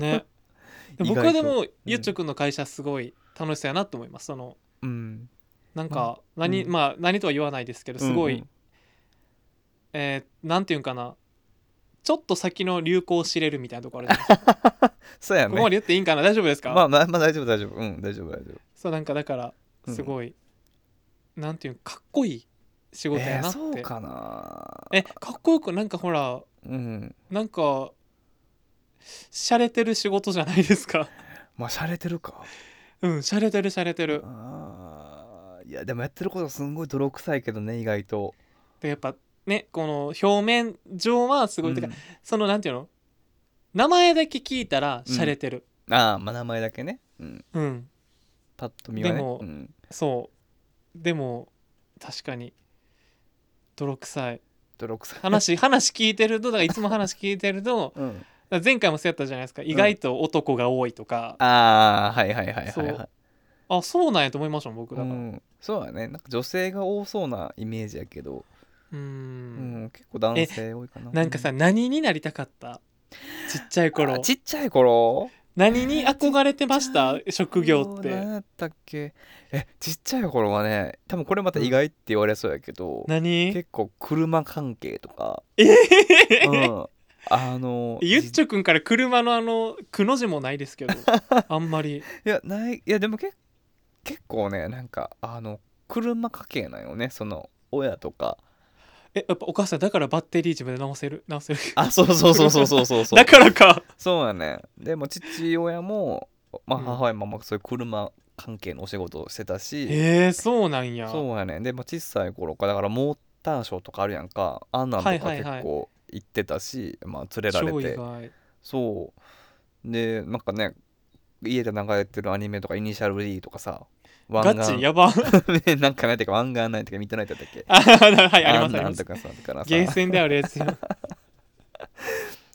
[SPEAKER 1] ね で
[SPEAKER 2] 意外と
[SPEAKER 1] 僕はでも、ゆっ
[SPEAKER 2] うん
[SPEAKER 1] ちょくんの会社すごい楽しそうやなと思いますその
[SPEAKER 2] うん
[SPEAKER 1] なんか何、
[SPEAKER 2] うん
[SPEAKER 1] まあ何とは言わないですけどすごい、えーなんていうんかなちょっと先の流行を知れるみたいなとこあるじゃないですか
[SPEAKER 2] そうや
[SPEAKER 1] ここ
[SPEAKER 2] ね
[SPEAKER 1] まで言っていいんかな大丈夫ですか
[SPEAKER 2] まあまあまあ大丈夫大丈夫うん大丈夫大丈夫
[SPEAKER 1] そうなんかだから
[SPEAKER 2] うん
[SPEAKER 1] すごい、なんていうのかっこいい仕事やなって、
[SPEAKER 2] えーそうかな
[SPEAKER 1] えかっこよくなんかほら
[SPEAKER 2] うん
[SPEAKER 1] なんか洒落てる仕事じゃないですか
[SPEAKER 2] まあ洒落てるか
[SPEAKER 1] うん洒落てる洒落てる
[SPEAKER 2] あーいやでもやってることすんごい泥臭いけどね意外と
[SPEAKER 1] でやっぱねこの表面上はすごい、てか
[SPEAKER 2] うん
[SPEAKER 1] そのなんていうの名前だけ聞いたら洒落てる
[SPEAKER 2] ああまあ名前だけねうん
[SPEAKER 1] うん、
[SPEAKER 2] パッと見はね
[SPEAKER 1] でも
[SPEAKER 2] うん
[SPEAKER 1] そうでも確かに泥臭い
[SPEAKER 2] 泥臭い
[SPEAKER 1] 話話聞いてるとだからいつも話聞いてると
[SPEAKER 2] う
[SPEAKER 1] だ
[SPEAKER 2] ん
[SPEAKER 1] から前回もそうやったじゃないですか意外と男が多いとか、
[SPEAKER 2] ああはいはいはいはいはい
[SPEAKER 1] あそうなんやと思いましたもん僕だからうん
[SPEAKER 2] ん、そうだねなんか女性が多そうなイメージやけど、うん結構男性多いかな
[SPEAKER 1] なんかさ
[SPEAKER 2] う
[SPEAKER 1] 何になりたかったちっちゃい
[SPEAKER 2] あ
[SPEAKER 1] 頃
[SPEAKER 2] ちっちゃい頃
[SPEAKER 1] 何に憧れてました職業っ
[SPEAKER 2] 何
[SPEAKER 1] て
[SPEAKER 2] やったっけえちっちゃい頃はね多分これまた意外って言われそうやけど、
[SPEAKER 1] 何
[SPEAKER 2] 結構車関係とか、うん、あの
[SPEAKER 1] ゆっちょくんから車のあのくの字もないですけどあんまり
[SPEAKER 2] いやないいやでもけ結構ねなんかあの車家系なんよねその親とか
[SPEAKER 1] えやっぱお母さんだからバッテリー自分で直せる直せる
[SPEAKER 2] あそうそうそうそうそうそうそう
[SPEAKER 1] だからか
[SPEAKER 2] そうやねでも父親も、まあ、
[SPEAKER 1] うん
[SPEAKER 2] 母親もまあそういう車関係のお仕事をしてたし、
[SPEAKER 1] えー、そうなんや
[SPEAKER 2] そうやねで、まあ、小さい頃からだからモーターショーとかあるやんかあんなんと
[SPEAKER 1] はい
[SPEAKER 2] か
[SPEAKER 1] はい
[SPEAKER 2] 結
[SPEAKER 1] はい
[SPEAKER 2] 構行ってたし、まあ、連れら
[SPEAKER 1] 超
[SPEAKER 2] れ
[SPEAKER 1] 意
[SPEAKER 2] て
[SPEAKER 1] 外
[SPEAKER 2] そうでなんかね家で流れてるアニメとかイニシャル D とかさ
[SPEAKER 1] ガ
[SPEAKER 2] ン
[SPEAKER 1] チやば
[SPEAKER 2] なんかないとか湾岸ないとか見てないとかだっけ
[SPEAKER 1] あはいあります
[SPEAKER 2] ん
[SPEAKER 1] あり
[SPEAKER 2] な
[SPEAKER 1] ま
[SPEAKER 2] ん
[SPEAKER 1] す
[SPEAKER 2] とかさだからさ
[SPEAKER 1] ゲーセンであるやつや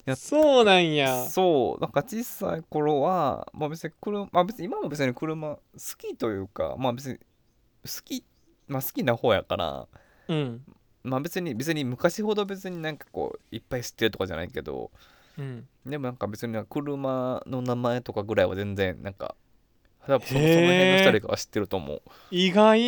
[SPEAKER 2] やっ
[SPEAKER 1] そうなんや
[SPEAKER 2] そうなんか小さい頃は、まあ、別に車、まあ、別に今も別に車好きというかまあ別に好きまあ好きな方やから
[SPEAKER 1] うん
[SPEAKER 2] まあ別に別に昔ほど別になんかこういっぱい知ってるとかじゃないけど
[SPEAKER 1] うん
[SPEAKER 2] でもなんか別になんか車の名前とかぐらいは全然なんか多分そのその
[SPEAKER 1] へー
[SPEAKER 2] 辺の人よりかは知ってると思う
[SPEAKER 1] 意外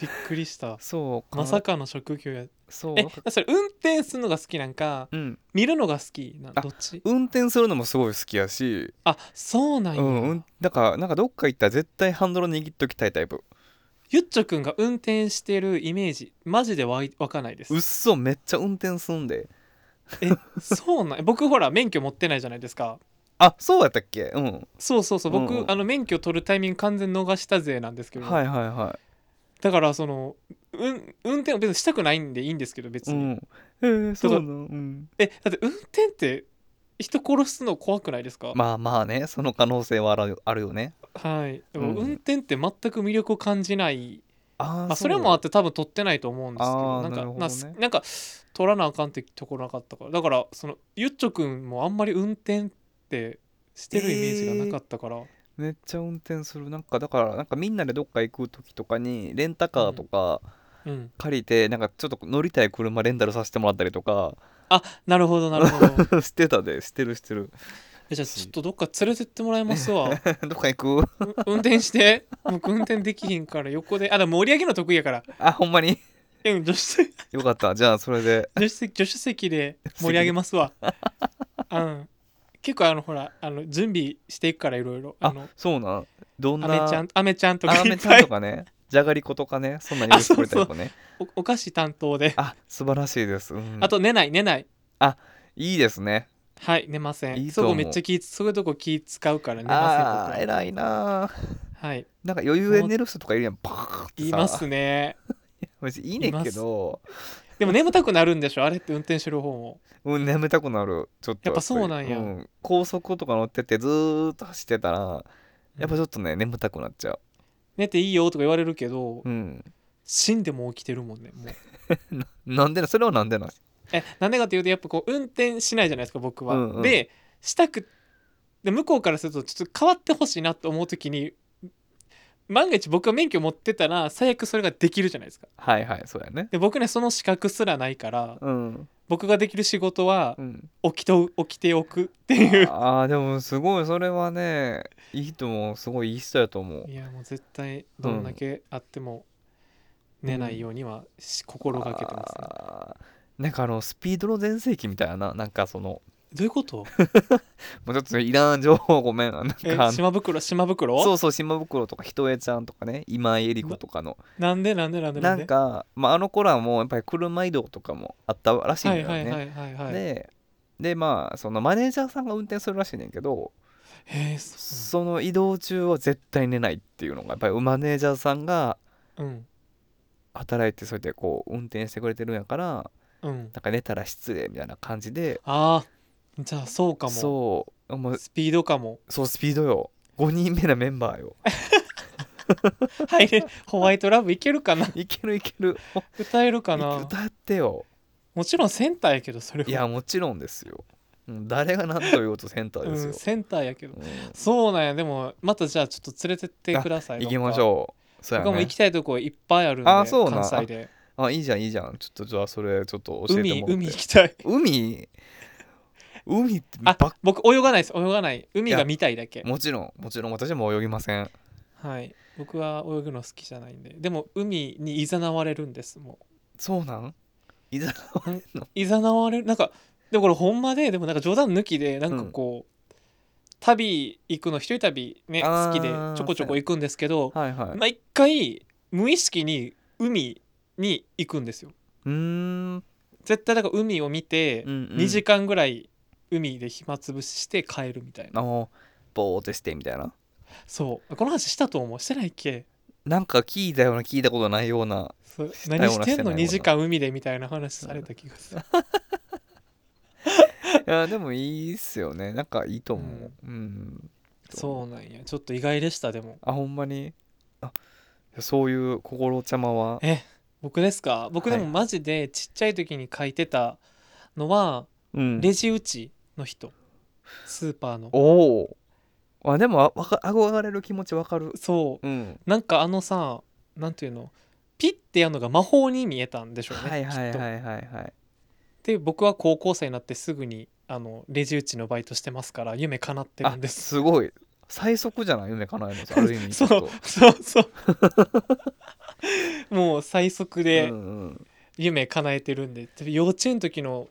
[SPEAKER 1] びっくりした
[SPEAKER 2] そう
[SPEAKER 1] まさかの職業や
[SPEAKER 2] そうなんか
[SPEAKER 1] えそれ運転するのが好きなんか
[SPEAKER 2] うん
[SPEAKER 1] 見るのが好きな
[SPEAKER 2] あ
[SPEAKER 1] どっち
[SPEAKER 2] 運転するのもすごい好きやし
[SPEAKER 1] あそうなんや、
[SPEAKER 2] うんうんだからなんかどっか行ったら絶対ハンドル握っときたいタイプ
[SPEAKER 1] ゆっちょくんが運転してるイメージマジでわいわかないです
[SPEAKER 2] うっそめっちゃ運転すんで
[SPEAKER 1] えそうなん僕ほら免許持ってないじゃないですか
[SPEAKER 2] あそうやったっけうん
[SPEAKER 1] そうそうそう僕、
[SPEAKER 2] うんうん
[SPEAKER 1] あの免許取るタイミング完全逃したぜなんですけど、
[SPEAKER 2] はいはいは
[SPEAKER 1] だからその、うん、運転は別にしたくないんでいいんですけど別
[SPEAKER 2] い、う
[SPEAKER 1] に、
[SPEAKER 2] ん、へえそうなのうん
[SPEAKER 1] えだって運転って人殺すの怖くないですか、
[SPEAKER 2] まあまあねその可能性はあるあるよね
[SPEAKER 1] はいでも
[SPEAKER 2] うん
[SPEAKER 1] 運転って全く魅力を感じない、
[SPEAKER 2] あー
[SPEAKER 1] あそれもあって多分取ってないと思うんですけ
[SPEAKER 2] あ
[SPEAKER 1] ど
[SPEAKER 2] ー
[SPEAKER 1] なんか
[SPEAKER 2] なるほどね
[SPEAKER 1] ななんか取らなあかんってところなかったからだからそのゆっちょくんもあんまり運転ってしてるイメージがなかったから、
[SPEAKER 2] めっちゃ運転するなんかだからなんかみんなでどっか行く時とかにレンタカーとか
[SPEAKER 1] うん
[SPEAKER 2] 借りて、なんかちょっと乗りたい車レンタルさせてもらったりとか
[SPEAKER 1] あなるほどなるほど
[SPEAKER 2] してたでしてるしてる
[SPEAKER 1] えじゃあちょっとどっか連れてってもらいますわ
[SPEAKER 2] どっか行く
[SPEAKER 1] う運転して僕運転できひんから横であでも盛り上げの得意やから
[SPEAKER 2] あほんまに
[SPEAKER 1] うん助手席
[SPEAKER 2] よかったじゃあそれで
[SPEAKER 1] 助手席助手席で盛り上げます わうん結構あのほらあの準備していくからいろいろあの
[SPEAKER 2] そうなんどん
[SPEAKER 1] ア
[SPEAKER 2] な
[SPEAKER 1] メちゃんアメちゃんとか
[SPEAKER 2] あ
[SPEAKER 1] い
[SPEAKER 2] め
[SPEAKER 1] っ
[SPEAKER 2] ちゃ
[SPEAKER 1] ぱ
[SPEAKER 2] んと
[SPEAKER 1] い
[SPEAKER 2] かねじゃがりことかねそんなに用意してくれたりとかね
[SPEAKER 1] おお菓子担当で
[SPEAKER 2] あ素晴らしいです、うん
[SPEAKER 1] あと寝ない寝ない
[SPEAKER 2] いいですね
[SPEAKER 1] はい寝ません
[SPEAKER 2] いいと
[SPEAKER 1] そ
[SPEAKER 2] 思う
[SPEAKER 1] こめっちゃ気そういうとこ気使うから寝ま
[SPEAKER 2] あ
[SPEAKER 1] せん
[SPEAKER 2] ー
[SPEAKER 1] 僕
[SPEAKER 2] 偉いなー
[SPEAKER 1] ははい
[SPEAKER 2] なんか余裕で寝る人とかいるやんバーンってさ
[SPEAKER 1] いますね
[SPEAKER 2] 別にいいねんけど
[SPEAKER 1] でも眠たくなるんでしょあれって運転してる方も
[SPEAKER 2] うん眠たくなるちょっと
[SPEAKER 1] やっぱそうなんや
[SPEAKER 2] う高速とか乗っててずーっと走ってたらやっぱちょっとね眠たくなっちゃう
[SPEAKER 1] 寝ていいよとか言われるけど
[SPEAKER 2] うん
[SPEAKER 1] 死んでも起きてるもんねもう
[SPEAKER 2] ななんでなそれはなんでな
[SPEAKER 1] えなんでかっていうとやっぱこう運転しないじゃないですか僕は。
[SPEAKER 2] うんうん
[SPEAKER 1] でしたくで向こうからするとちょっと変わってほしいなと思う時に万が一僕が免許持ってたら最悪それができるじゃないですか。
[SPEAKER 2] はいはいそうやね
[SPEAKER 1] で僕ねその資格すらないから
[SPEAKER 2] うん、
[SPEAKER 1] 僕ができる仕事は
[SPEAKER 2] うん、
[SPEAKER 1] 起きと起きておくっていう。
[SPEAKER 2] ああでもすごいそれはねいいと思うすごいいい人やと思 う
[SPEAKER 1] いやもう絶対どんだけあっても寝ないようにはし心がけてます、ね
[SPEAKER 2] あーなんかあのスピードの全盛期みたいやななんかその
[SPEAKER 1] どういうこと
[SPEAKER 2] もうちょっといらん情報ごめんなんか
[SPEAKER 1] え
[SPEAKER 2] あの
[SPEAKER 1] 島袋島袋
[SPEAKER 2] そうそう島袋とかひとえちゃんとかね今井絵理子とかの
[SPEAKER 1] なんでなんでなんでな
[SPEAKER 2] なん
[SPEAKER 1] で
[SPEAKER 2] んか、まあ、あの頃はもうやっぱり車移動とかもあったらしいん
[SPEAKER 1] は
[SPEAKER 2] だ
[SPEAKER 1] い
[SPEAKER 2] よ
[SPEAKER 1] はいは
[SPEAKER 2] ね
[SPEAKER 1] いはいはい。
[SPEAKER 2] ででまあそのマネージャーさんが運転するらしいねんけど
[SPEAKER 1] へえそ
[SPEAKER 2] その移動中は絶対寝ないっていうのがやっぱりマネージャーさんが
[SPEAKER 1] ううん
[SPEAKER 2] 働いてそれでこう運転してくれてるんやから
[SPEAKER 1] うん
[SPEAKER 2] なんか寝たら失礼みたいな感じで
[SPEAKER 1] ああじゃあそうかも
[SPEAKER 2] そうもう
[SPEAKER 1] スピードかも
[SPEAKER 2] そうスピードよ5人目のメンバーよ
[SPEAKER 1] はいホワイトラブいけるかない
[SPEAKER 2] けるいけるお
[SPEAKER 1] 歌えるかな
[SPEAKER 2] 歌ってよ
[SPEAKER 1] もちろんセンターやけどそれはい
[SPEAKER 2] やもちろんですようん誰が何と言おうとセンター
[SPEAKER 1] う
[SPEAKER 2] です
[SPEAKER 1] ん
[SPEAKER 2] よ、
[SPEAKER 1] センターやけど
[SPEAKER 2] うん
[SPEAKER 1] そうなんやでもまたじゃあちょっと連れてってください
[SPEAKER 2] 行きましょうそう
[SPEAKER 1] 僕
[SPEAKER 2] や
[SPEAKER 1] も
[SPEAKER 2] ね
[SPEAKER 1] 行きたいとこいっぱいあるんで
[SPEAKER 2] あそうなん
[SPEAKER 1] 関西で
[SPEAKER 2] あいいじゃんいいじゃんちょっとじゃあそれちょっと教えて
[SPEAKER 1] 海
[SPEAKER 2] もらって
[SPEAKER 1] 海行きたい
[SPEAKER 2] 海海ってば
[SPEAKER 1] あ
[SPEAKER 2] っ
[SPEAKER 1] 僕泳がないです泳がない海が見たいだけ
[SPEAKER 2] もちろんもちろん私も泳ぎません
[SPEAKER 1] はい僕は泳ぐの好きじゃないんででも海にいざなわれるんですもう
[SPEAKER 2] そうなんいざ
[SPEAKER 1] なんいざなわれるなんかでもこれほんまででもなんか冗談抜きでなんかこう、旅行くの一人旅ね
[SPEAKER 2] あー
[SPEAKER 1] 好きでちょこちょこ行くんですけど
[SPEAKER 2] はいはい
[SPEAKER 1] 毎回無意識に海に行くんですよ
[SPEAKER 2] うーん
[SPEAKER 1] 絶対だから海を見て
[SPEAKER 2] うんうん
[SPEAKER 1] 2時間ぐらい海で暇つぶしして帰るみたいな、
[SPEAKER 2] あのぼーってしてみたいな
[SPEAKER 1] そうこの話したと思うしてないっけ
[SPEAKER 2] なんか聞いたような聞いたことないような
[SPEAKER 1] そう
[SPEAKER 2] したような
[SPEAKER 1] 何してんの
[SPEAKER 2] してないような
[SPEAKER 1] 2時間海でみたいな話された気が する
[SPEAKER 2] いやでもいいっすよねなんかいいと思ううん、
[SPEAKER 1] そうなんやちょっと意外でしたでも
[SPEAKER 2] あほんまにあそういう心ちゃまは
[SPEAKER 1] え僕ですか僕で
[SPEAKER 2] はい
[SPEAKER 1] もマジでちっちゃい時に書いてたのは、
[SPEAKER 2] うん
[SPEAKER 1] レジ打ちの人スーパーの
[SPEAKER 2] おおあでもあわか憧れる気持ちわかる
[SPEAKER 1] そ
[SPEAKER 2] うん
[SPEAKER 1] うなんかあのさなんていうのピッてやるのが魔法に見えたんでしょうね、
[SPEAKER 2] はいはい
[SPEAKER 1] きっ
[SPEAKER 2] は
[SPEAKER 1] と
[SPEAKER 2] いはいはい
[SPEAKER 1] で僕は高校生になってすぐにあのレジ打ちのバイトしてますから夢叶ってるんです
[SPEAKER 2] すごい最速じゃない夢叶えのさある意味
[SPEAKER 1] そ
[SPEAKER 2] ちょっ
[SPEAKER 1] う
[SPEAKER 2] と
[SPEAKER 1] そうそうもう最速で
[SPEAKER 2] うんうん
[SPEAKER 1] 夢叶えてるんで、幼稚園の時の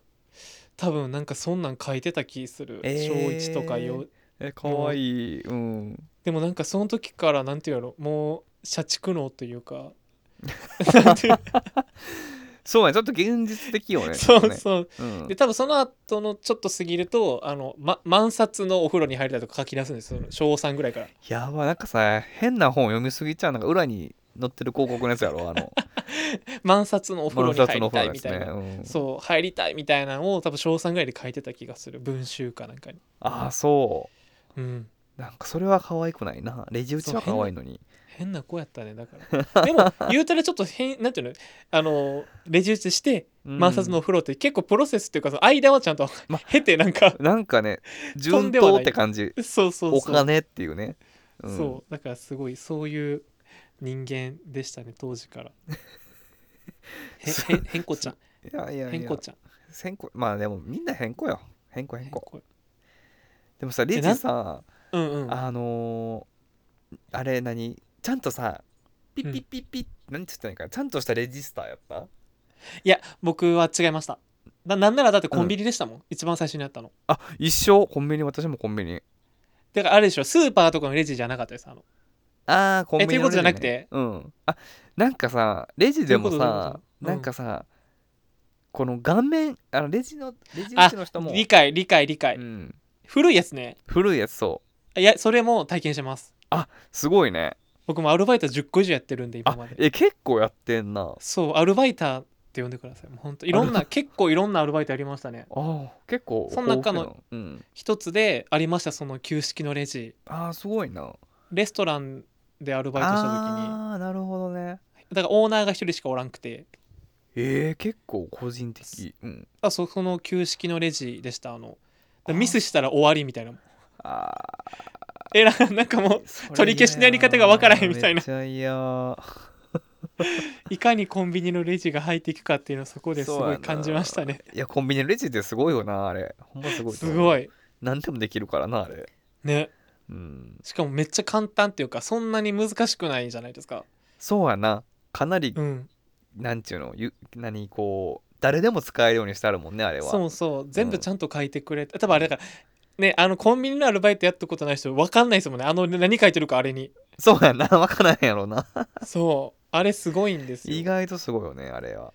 [SPEAKER 1] 多分なんかそんなん書いてた気する、
[SPEAKER 2] えー
[SPEAKER 1] 小1とかよ
[SPEAKER 2] えかわいいうん
[SPEAKER 1] でもなんかその時からなんていうやろもう社畜能というか なんていう
[SPEAKER 2] そうねちょっと現実的よね
[SPEAKER 1] そう
[SPEAKER 2] ね
[SPEAKER 1] そう
[SPEAKER 2] うん
[SPEAKER 1] で多分その後のちょっと過ぎるとあの、ま、満冊のお風呂に入りたいとか書き出すんですよその小3ぐらいから
[SPEAKER 2] やばいなんかさ変な本読みすぎちゃうなんか裏に載ってる広告のやつやろあの
[SPEAKER 1] 満冊 のお風呂に入りたいみたいな、
[SPEAKER 2] 万冊の本ですね、うん
[SPEAKER 1] そう入りたいみたいなのを多分小3ぐらいで書いてた気がする文集かなんかに
[SPEAKER 2] ああそ
[SPEAKER 1] うん
[SPEAKER 2] うなんかそれは可愛くないなレジ打ちは可愛いのに
[SPEAKER 1] 変な子やったねだからで も言うたらちょっと変なんていうのあのレジ打ちして
[SPEAKER 2] 摩
[SPEAKER 1] 満
[SPEAKER 2] 擦
[SPEAKER 1] 冊のお風呂って結構プロセスっていうかその間はちゃんと
[SPEAKER 2] ま
[SPEAKER 1] 経てなんか
[SPEAKER 2] なんかね
[SPEAKER 1] ん
[SPEAKER 2] 順
[SPEAKER 1] ではない
[SPEAKER 2] 当って感じ
[SPEAKER 1] そうそう
[SPEAKER 2] お
[SPEAKER 1] そう、
[SPEAKER 2] 金っていうねうん
[SPEAKER 1] そうだからすごいそういう人間でしたね当時からへへ変子ちゃん
[SPEAKER 2] いやいやいや
[SPEAKER 1] 変子ちゃん
[SPEAKER 2] 変更まあでもみんな変更よ変更変更
[SPEAKER 1] 変更
[SPEAKER 2] でもさレ
[SPEAKER 1] えなん
[SPEAKER 2] ジさ
[SPEAKER 1] うんうん
[SPEAKER 2] あのーあれ何ちゃんとさピッピッピッピッ、なんて言ったらいいんかちゃんとしたレジスターやった
[SPEAKER 1] いや僕は違いましたななんならだってコンビニでしたもん、一番最初にやったの
[SPEAKER 2] あ一生コンビニ私もコンビニ
[SPEAKER 1] だからあれでしょスーパーとかのレジじゃなかったですあの
[SPEAKER 2] ああコンビニ
[SPEAKER 1] えということじゃなくて
[SPEAKER 2] のレジねうんあなんかさレジでも
[SPEAKER 1] ということどういうこと
[SPEAKER 2] さなんかさ、この顔面あのレジのレジ打ちの人も
[SPEAKER 1] 理解理解理解、
[SPEAKER 2] うん、
[SPEAKER 1] 古いやつね
[SPEAKER 2] 古いやつそう
[SPEAKER 1] いやそれも体験してます
[SPEAKER 2] すごいね
[SPEAKER 1] 僕もアルバイター10個以上やってるんで今
[SPEAKER 2] あ
[SPEAKER 1] まで
[SPEAKER 2] え結構やってんな
[SPEAKER 1] そうアルバイターって呼んでくださいもうほんといろんな結構いろんなアルバイトやりましたね
[SPEAKER 2] あー結構
[SPEAKER 1] その中の
[SPEAKER 2] 豊富なうん、
[SPEAKER 1] 一つでありましたその旧式のレジ
[SPEAKER 2] あーすごいな
[SPEAKER 1] レストランでアルバイトした時に
[SPEAKER 2] ああーなるほどね
[SPEAKER 1] だからオーナーが一人しかおらんくて
[SPEAKER 2] えー、結構個人的、うん、
[SPEAKER 1] あそその旧式のレジでしたあの
[SPEAKER 2] あー
[SPEAKER 1] ミスしたら終わりみたいな
[SPEAKER 2] あ
[SPEAKER 1] えらなんかもう
[SPEAKER 2] ー
[SPEAKER 1] 取り消しのやり方がわからへんみたいな
[SPEAKER 2] めっちゃ嫌
[SPEAKER 1] いかにコンビニのレジが入っていくかっていうのをそこです
[SPEAKER 2] そう
[SPEAKER 1] ご
[SPEAKER 2] や
[SPEAKER 1] い
[SPEAKER 2] ない
[SPEAKER 1] 感じましたね
[SPEAKER 2] いやコンビニのレジってすごいよなあれほんますごい
[SPEAKER 1] すご
[SPEAKER 2] い
[SPEAKER 1] い
[SPEAKER 2] 何でもできるからなあれ
[SPEAKER 1] ね
[SPEAKER 2] うん
[SPEAKER 1] しかもめっちゃ簡単っていうかそんなに難しくないじゃないですか
[SPEAKER 2] そうやなかなり、
[SPEAKER 1] うん
[SPEAKER 2] なんちゅうのゆ何こう誰でも使えるようにしてあるもんねあれは
[SPEAKER 1] そうそう全部ちゃんと書いてくれて、多分あれだからねあのコンビニのアルバイトやったことない人分かんないですもんねあの何書いてるかあれ に
[SPEAKER 2] そうやな分からへんやろな
[SPEAKER 1] そうあれすごいんですよ
[SPEAKER 2] 意外とすごいよねあれは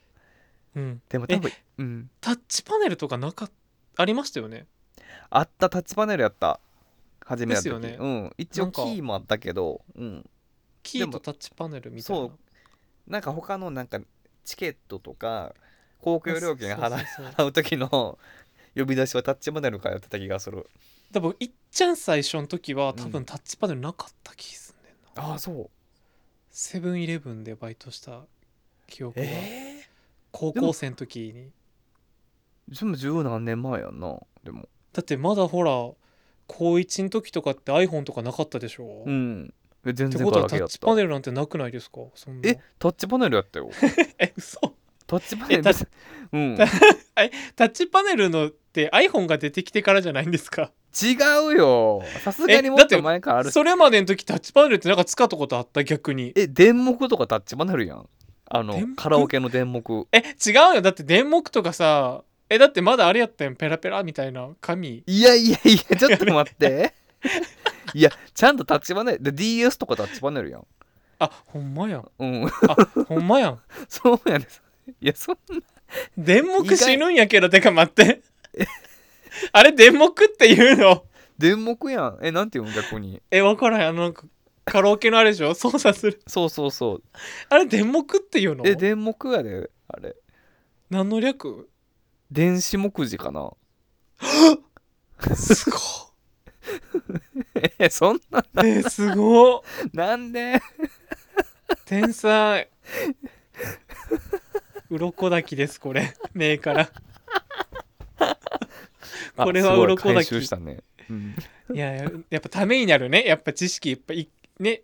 [SPEAKER 1] うん、
[SPEAKER 2] でも多分うん
[SPEAKER 1] タッチパネルとかなかっありましたよね
[SPEAKER 2] あったタッチパネルやった初めやった時
[SPEAKER 1] ですよね
[SPEAKER 2] うん一
[SPEAKER 1] な
[SPEAKER 2] 応
[SPEAKER 1] んか
[SPEAKER 2] キーもあったけどうん
[SPEAKER 1] キーとタッチパネルみたいな
[SPEAKER 2] そうなんか他のなんかチケットとか公共料金払う
[SPEAKER 1] そうそうそう
[SPEAKER 2] 払う時の呼び出しはタッチパネルからやってた気がする
[SPEAKER 1] 多分いっちゃん最初の時は多
[SPEAKER 2] う
[SPEAKER 1] 分
[SPEAKER 2] ん
[SPEAKER 1] タッチパネルなかった気すんねんな
[SPEAKER 2] ああそう
[SPEAKER 1] セブンイレブンでバイトした記憶が
[SPEAKER 2] え
[SPEAKER 1] 高校生の時に
[SPEAKER 2] えでも十何年前やんなでも
[SPEAKER 1] だってまだほら高1の時とかって iPhone とかなかったでしょ、
[SPEAKER 2] う
[SPEAKER 1] っ
[SPEAKER 2] んえ全
[SPEAKER 1] て
[SPEAKER 2] 然
[SPEAKER 1] こと
[SPEAKER 2] ガ
[SPEAKER 1] は
[SPEAKER 2] ラケ
[SPEAKER 1] タ
[SPEAKER 2] ーや
[SPEAKER 1] ッ
[SPEAKER 2] っ
[SPEAKER 1] チパ
[SPEAKER 2] た
[SPEAKER 1] ネルなんてなくないですかそんな
[SPEAKER 2] えタッチパネル やったよ
[SPEAKER 1] え嘘
[SPEAKER 2] タッチパネル
[SPEAKER 1] えタ
[SPEAKER 2] 別うん
[SPEAKER 1] タタッチパネルのって iPhone が出てきてからじゃないんですか
[SPEAKER 2] 違うよさすがに
[SPEAKER 1] え
[SPEAKER 2] もっ
[SPEAKER 1] だって
[SPEAKER 2] と前からあるし
[SPEAKER 1] それまでの時タッチパネルってなんか使ったことあった逆に
[SPEAKER 2] え電目とかタッチパネルやんあの
[SPEAKER 1] 電目
[SPEAKER 2] カラオケの電目
[SPEAKER 1] え違うよだって電目とかさえだってまだあれやったやんペラペラみたいな紙
[SPEAKER 2] いやいやいや、ちょっと 待って。いや、ちゃんとタッチパネル。で、DS とかタッチパネルやん。
[SPEAKER 1] あほんまやん
[SPEAKER 2] うん。
[SPEAKER 1] あほんまやん
[SPEAKER 2] そうやねいや、そんな。
[SPEAKER 1] 電
[SPEAKER 2] 意
[SPEAKER 1] 目
[SPEAKER 2] 外
[SPEAKER 1] 死ぬんやけどてか待って あれ電目っていうの
[SPEAKER 2] 電目やん。え、なんていうの逆に。
[SPEAKER 1] え分からへんあのなんかカラオケのあれでしょ操作する
[SPEAKER 2] そうそうそう。
[SPEAKER 1] あれ電目っていうの
[SPEAKER 2] え、電目やで、あれ。
[SPEAKER 1] 何の略
[SPEAKER 2] 電子目次かな。
[SPEAKER 1] すご
[SPEAKER 2] え、そんな、
[SPEAKER 1] いえすごい
[SPEAKER 2] なんで
[SPEAKER 1] 天才鱗だきですこれ目から
[SPEAKER 2] あ
[SPEAKER 1] これは
[SPEAKER 2] すごい
[SPEAKER 1] 鱗だき
[SPEAKER 2] 回収したね。うん
[SPEAKER 1] いやややっぱためになるねやっぱ知識いっぱいいね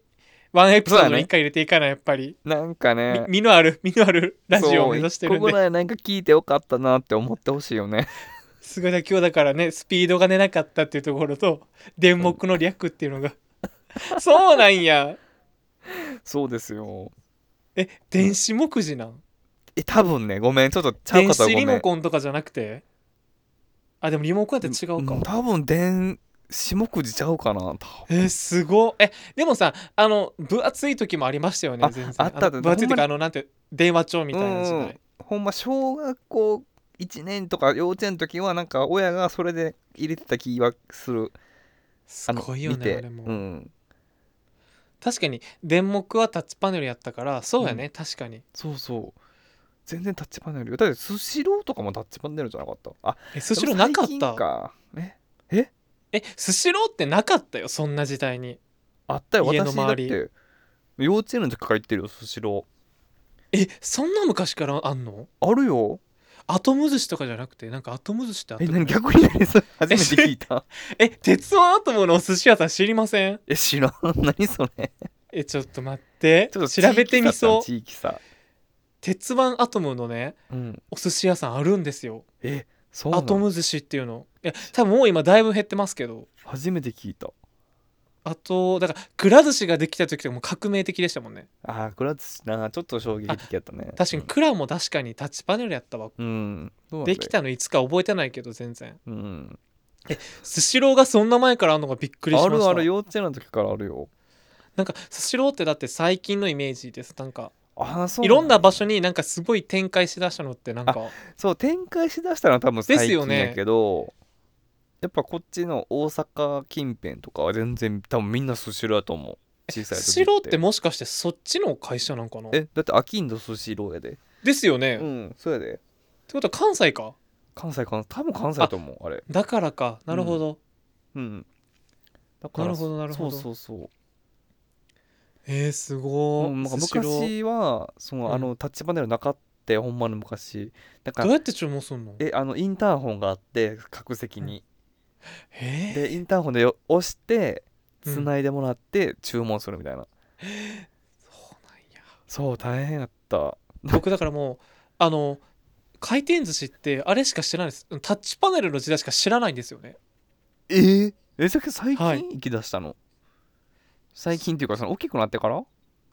[SPEAKER 1] ワンエピソードに1回入れていかないやっぱり、
[SPEAKER 2] なんか
[SPEAKER 1] み
[SPEAKER 2] ね。
[SPEAKER 1] 身のある身のあるラジオを目指してるん
[SPEAKER 2] そう一
[SPEAKER 1] で
[SPEAKER 2] 個ぐらいなんか聞いてよかったなって思ってほしいよね。
[SPEAKER 1] すごいな今日だからねスピードが出なかったっていうところと電目 の略っていうのがそうなんや
[SPEAKER 2] そうですよ。
[SPEAKER 1] え電子目次なん
[SPEAKER 2] え多分ねごめんちょっとちゃう
[SPEAKER 1] 電
[SPEAKER 2] かった
[SPEAKER 1] 子
[SPEAKER 2] らごめ
[SPEAKER 1] リ
[SPEAKER 2] ん
[SPEAKER 1] モコンとかじゃなくてあでもリモコンやったら違うか、
[SPEAKER 2] ん多分電子目次ちゃうかな多分
[SPEAKER 1] えーすごっえでもさあの分厚い時もありましたよね
[SPEAKER 2] あ
[SPEAKER 1] 全然
[SPEAKER 2] あったあった
[SPEAKER 1] の分厚い時
[SPEAKER 2] ほんまに
[SPEAKER 1] あのなんて電話帳みたいな時代、
[SPEAKER 2] うんうんほんま小学校1年とか幼稚園の時はなんか親がそれで入れてた気はする
[SPEAKER 1] すごいよ
[SPEAKER 2] 見
[SPEAKER 1] ね
[SPEAKER 2] て
[SPEAKER 1] あれも、
[SPEAKER 2] うん
[SPEAKER 1] 確かに電目はタッチパネルやったからそうやね、確かに
[SPEAKER 2] そうそう全然タッチパネルよだってスシローとかもタッチパネルじゃなかったあ
[SPEAKER 1] えスシローなかっ
[SPEAKER 2] でも最近
[SPEAKER 1] た
[SPEAKER 2] かね
[SPEAKER 1] えスシローってなかったよそんな時代に
[SPEAKER 2] あったよ
[SPEAKER 1] 家の
[SPEAKER 2] 私だっ
[SPEAKER 1] 周り
[SPEAKER 2] て幼稚園の時から行ってるよスシロ
[SPEAKER 1] えそんな昔からあんの
[SPEAKER 2] ーあるよ
[SPEAKER 1] アトム寿司とかじゃなくてなんかアトム寿司ってあった
[SPEAKER 2] え
[SPEAKER 1] よね
[SPEAKER 2] 何逆に何それ 初めて聞いた
[SPEAKER 1] え鉄腕アトムのお寿司屋さん知りません
[SPEAKER 2] え知らん何それ
[SPEAKER 1] えちょっと待って
[SPEAKER 2] ちょっと
[SPEAKER 1] 調べてみそう
[SPEAKER 2] 地域差
[SPEAKER 1] 鉄腕アトムのね
[SPEAKER 2] 地域差うん
[SPEAKER 1] お寿司屋さんあるんですよ
[SPEAKER 2] えそうな
[SPEAKER 1] アト
[SPEAKER 2] の
[SPEAKER 1] ム寿司っていうのいや多分もう今だいぶ減ってますけど
[SPEAKER 2] 初めて聞いた
[SPEAKER 1] あとだからくら寿司ができた時とかもう革命的でしたもんね
[SPEAKER 2] あーこれはつなちょっと衝撃的やったね
[SPEAKER 1] 確かにくらも確かにタッチパネルやったわ
[SPEAKER 2] うん、うん、
[SPEAKER 1] できたのいつか覚えてないけど全然
[SPEAKER 2] うん
[SPEAKER 1] スシローがそんな前からあるのがびっくりしま
[SPEAKER 2] あ
[SPEAKER 1] した
[SPEAKER 2] るある幼稚園の時からあるよ
[SPEAKER 1] なんかスシローってだって最近のイメージですなんか
[SPEAKER 2] あーそう
[SPEAKER 1] いろんな場所になんかすごい展開しだしたのってなんか
[SPEAKER 2] そう展開しだしたのは多分最
[SPEAKER 1] ですよ
[SPEAKER 2] 近
[SPEAKER 1] ね
[SPEAKER 2] やけど、やっぱこっちの大阪近辺とかは全然多分みんなスシローだと思う小さい時
[SPEAKER 1] スシローってもしかしてそっちの会社なんかな
[SPEAKER 2] えだってアキンドスシローやで
[SPEAKER 1] ですよね、っ
[SPEAKER 2] うんそうやで
[SPEAKER 1] てことは関西か
[SPEAKER 2] 関西関西多分関西だと思うあれ
[SPEAKER 1] だからかなるほど、
[SPEAKER 2] うんだ
[SPEAKER 1] なるほどなるほど
[SPEAKER 2] そうそうそう
[SPEAKER 1] えー、すごい、
[SPEAKER 2] うんなんか
[SPEAKER 1] スシロー
[SPEAKER 2] 昔はその、あのタッチパネルなかったほんまの昔だか
[SPEAKER 1] どう
[SPEAKER 2] ら
[SPEAKER 1] やって注文すんの
[SPEAKER 2] えあのインターホンがあって各席に、
[SPEAKER 1] えー、
[SPEAKER 2] でインターホンでよ押して
[SPEAKER 1] うん
[SPEAKER 2] つないでもらって注文するみたいな、
[SPEAKER 1] そうなんや
[SPEAKER 2] そう大変やった
[SPEAKER 1] 僕だからもうあの回転寿司ってあれしか知らないですタッチパネルの時代しか知らないんですよね
[SPEAKER 2] えー、えさっき最近
[SPEAKER 1] はい
[SPEAKER 2] 行き出したの、最近っていうかその大きくなってから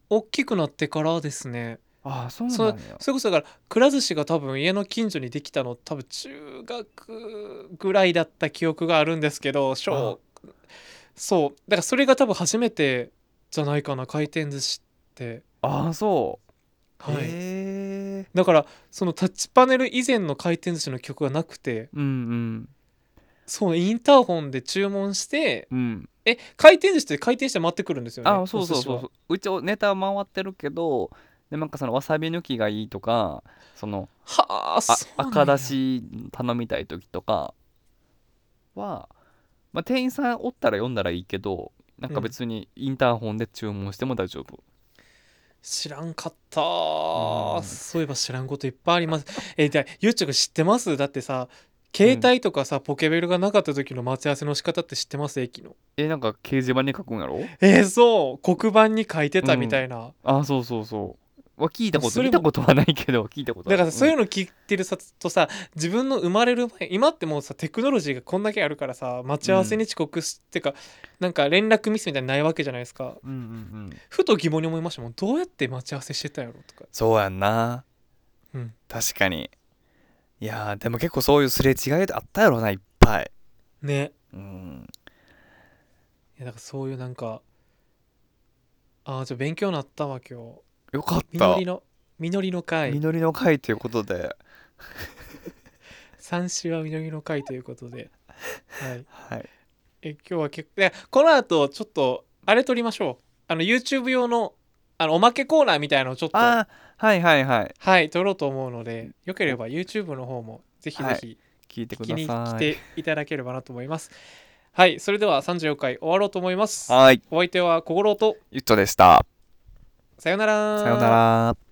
[SPEAKER 1] 大きくなってからですね
[SPEAKER 2] ああそうなん
[SPEAKER 1] そ
[SPEAKER 2] や
[SPEAKER 1] それこそだからくら寿司が多分家の近所にできたの多分中学ぐらいだった記憶があるんですけど小そうだからそれが多分初めてじゃないかな回転寿司って
[SPEAKER 2] ああそう
[SPEAKER 1] はい、
[SPEAKER 2] へえ
[SPEAKER 1] だからそのタッチパネル以前の回転寿司の曲がなくて
[SPEAKER 2] うんうん
[SPEAKER 1] そうインターホンで注文して
[SPEAKER 2] うん
[SPEAKER 1] え回転寿司って回転して待ってくるんですよね
[SPEAKER 2] あそうそうそう
[SPEAKER 1] お寿司
[SPEAKER 2] そ
[SPEAKER 1] は
[SPEAKER 2] ううちネタ回ってるけどでなんかそのわさび抜きがいいとかその
[SPEAKER 1] はあ
[SPEAKER 2] あ
[SPEAKER 1] そうなんや
[SPEAKER 2] 赤だし頼みたい時とかは、まあ、店員さんおったら読んだらいいけどなんか別にインターホンで注文しても大丈夫、
[SPEAKER 1] 知らんかった
[SPEAKER 2] うん
[SPEAKER 1] そういえば知らんこといっぱいありますえじゃあゆうちょく知ってますだってさ携帯とかさ、ポケベルがなかった時の待ち合わせの仕方って知ってます駅の
[SPEAKER 2] えなんか掲示板に書くんやろ
[SPEAKER 1] えーそう黒板に書いてたみたいな、
[SPEAKER 2] あそうそうそうは聞いたこ
[SPEAKER 1] そ
[SPEAKER 2] と
[SPEAKER 1] れも
[SPEAKER 2] 見たことはないけど聞いたことあ
[SPEAKER 1] だ
[SPEAKER 2] る
[SPEAKER 1] からそういううの聞いてるさとさ自分の生まれる前今ってもうさテクノロジーがこんだけあるからさ待ち合わせに遅刻し、ってかなんか連絡ミスみたいにないわけじゃないですか
[SPEAKER 2] んうんうんうん
[SPEAKER 1] ふと疑問に思いましたもんどうやって待ち合わせしてたんやろとか
[SPEAKER 2] そうやんな
[SPEAKER 1] うん
[SPEAKER 2] 確かにいやーでも結構そういうすれ違いってあったやろないっぱい
[SPEAKER 1] ね
[SPEAKER 2] うん
[SPEAKER 1] いやだからそういうなんかああじゃあ勉強になったわ今日
[SPEAKER 2] よかっ
[SPEAKER 1] み
[SPEAKER 2] た
[SPEAKER 1] のりのみのりの
[SPEAKER 2] 実
[SPEAKER 1] 会
[SPEAKER 2] りの会ということで
[SPEAKER 1] 三週はみのりの会ということで、はい、
[SPEAKER 2] はい
[SPEAKER 1] え今日は結構いやこの後ちょっとあれ撮りましょうあの YouTube 用のあのおまけコーナーみたいなのをちょっと
[SPEAKER 2] あーはいはいはい
[SPEAKER 1] はい撮ろうと思うのでよければ YouTube の方もぜひぜひ
[SPEAKER 2] 聞いて
[SPEAKER 1] 聞
[SPEAKER 2] く
[SPEAKER 1] き
[SPEAKER 2] だ
[SPEAKER 1] に来
[SPEAKER 2] さ
[SPEAKER 1] ていただければなと思いますはいそれでは34回終わろうと思います
[SPEAKER 2] いはい
[SPEAKER 1] お相手は心と
[SPEAKER 2] ゆっちょでした
[SPEAKER 1] さよなら
[SPEAKER 2] さようなら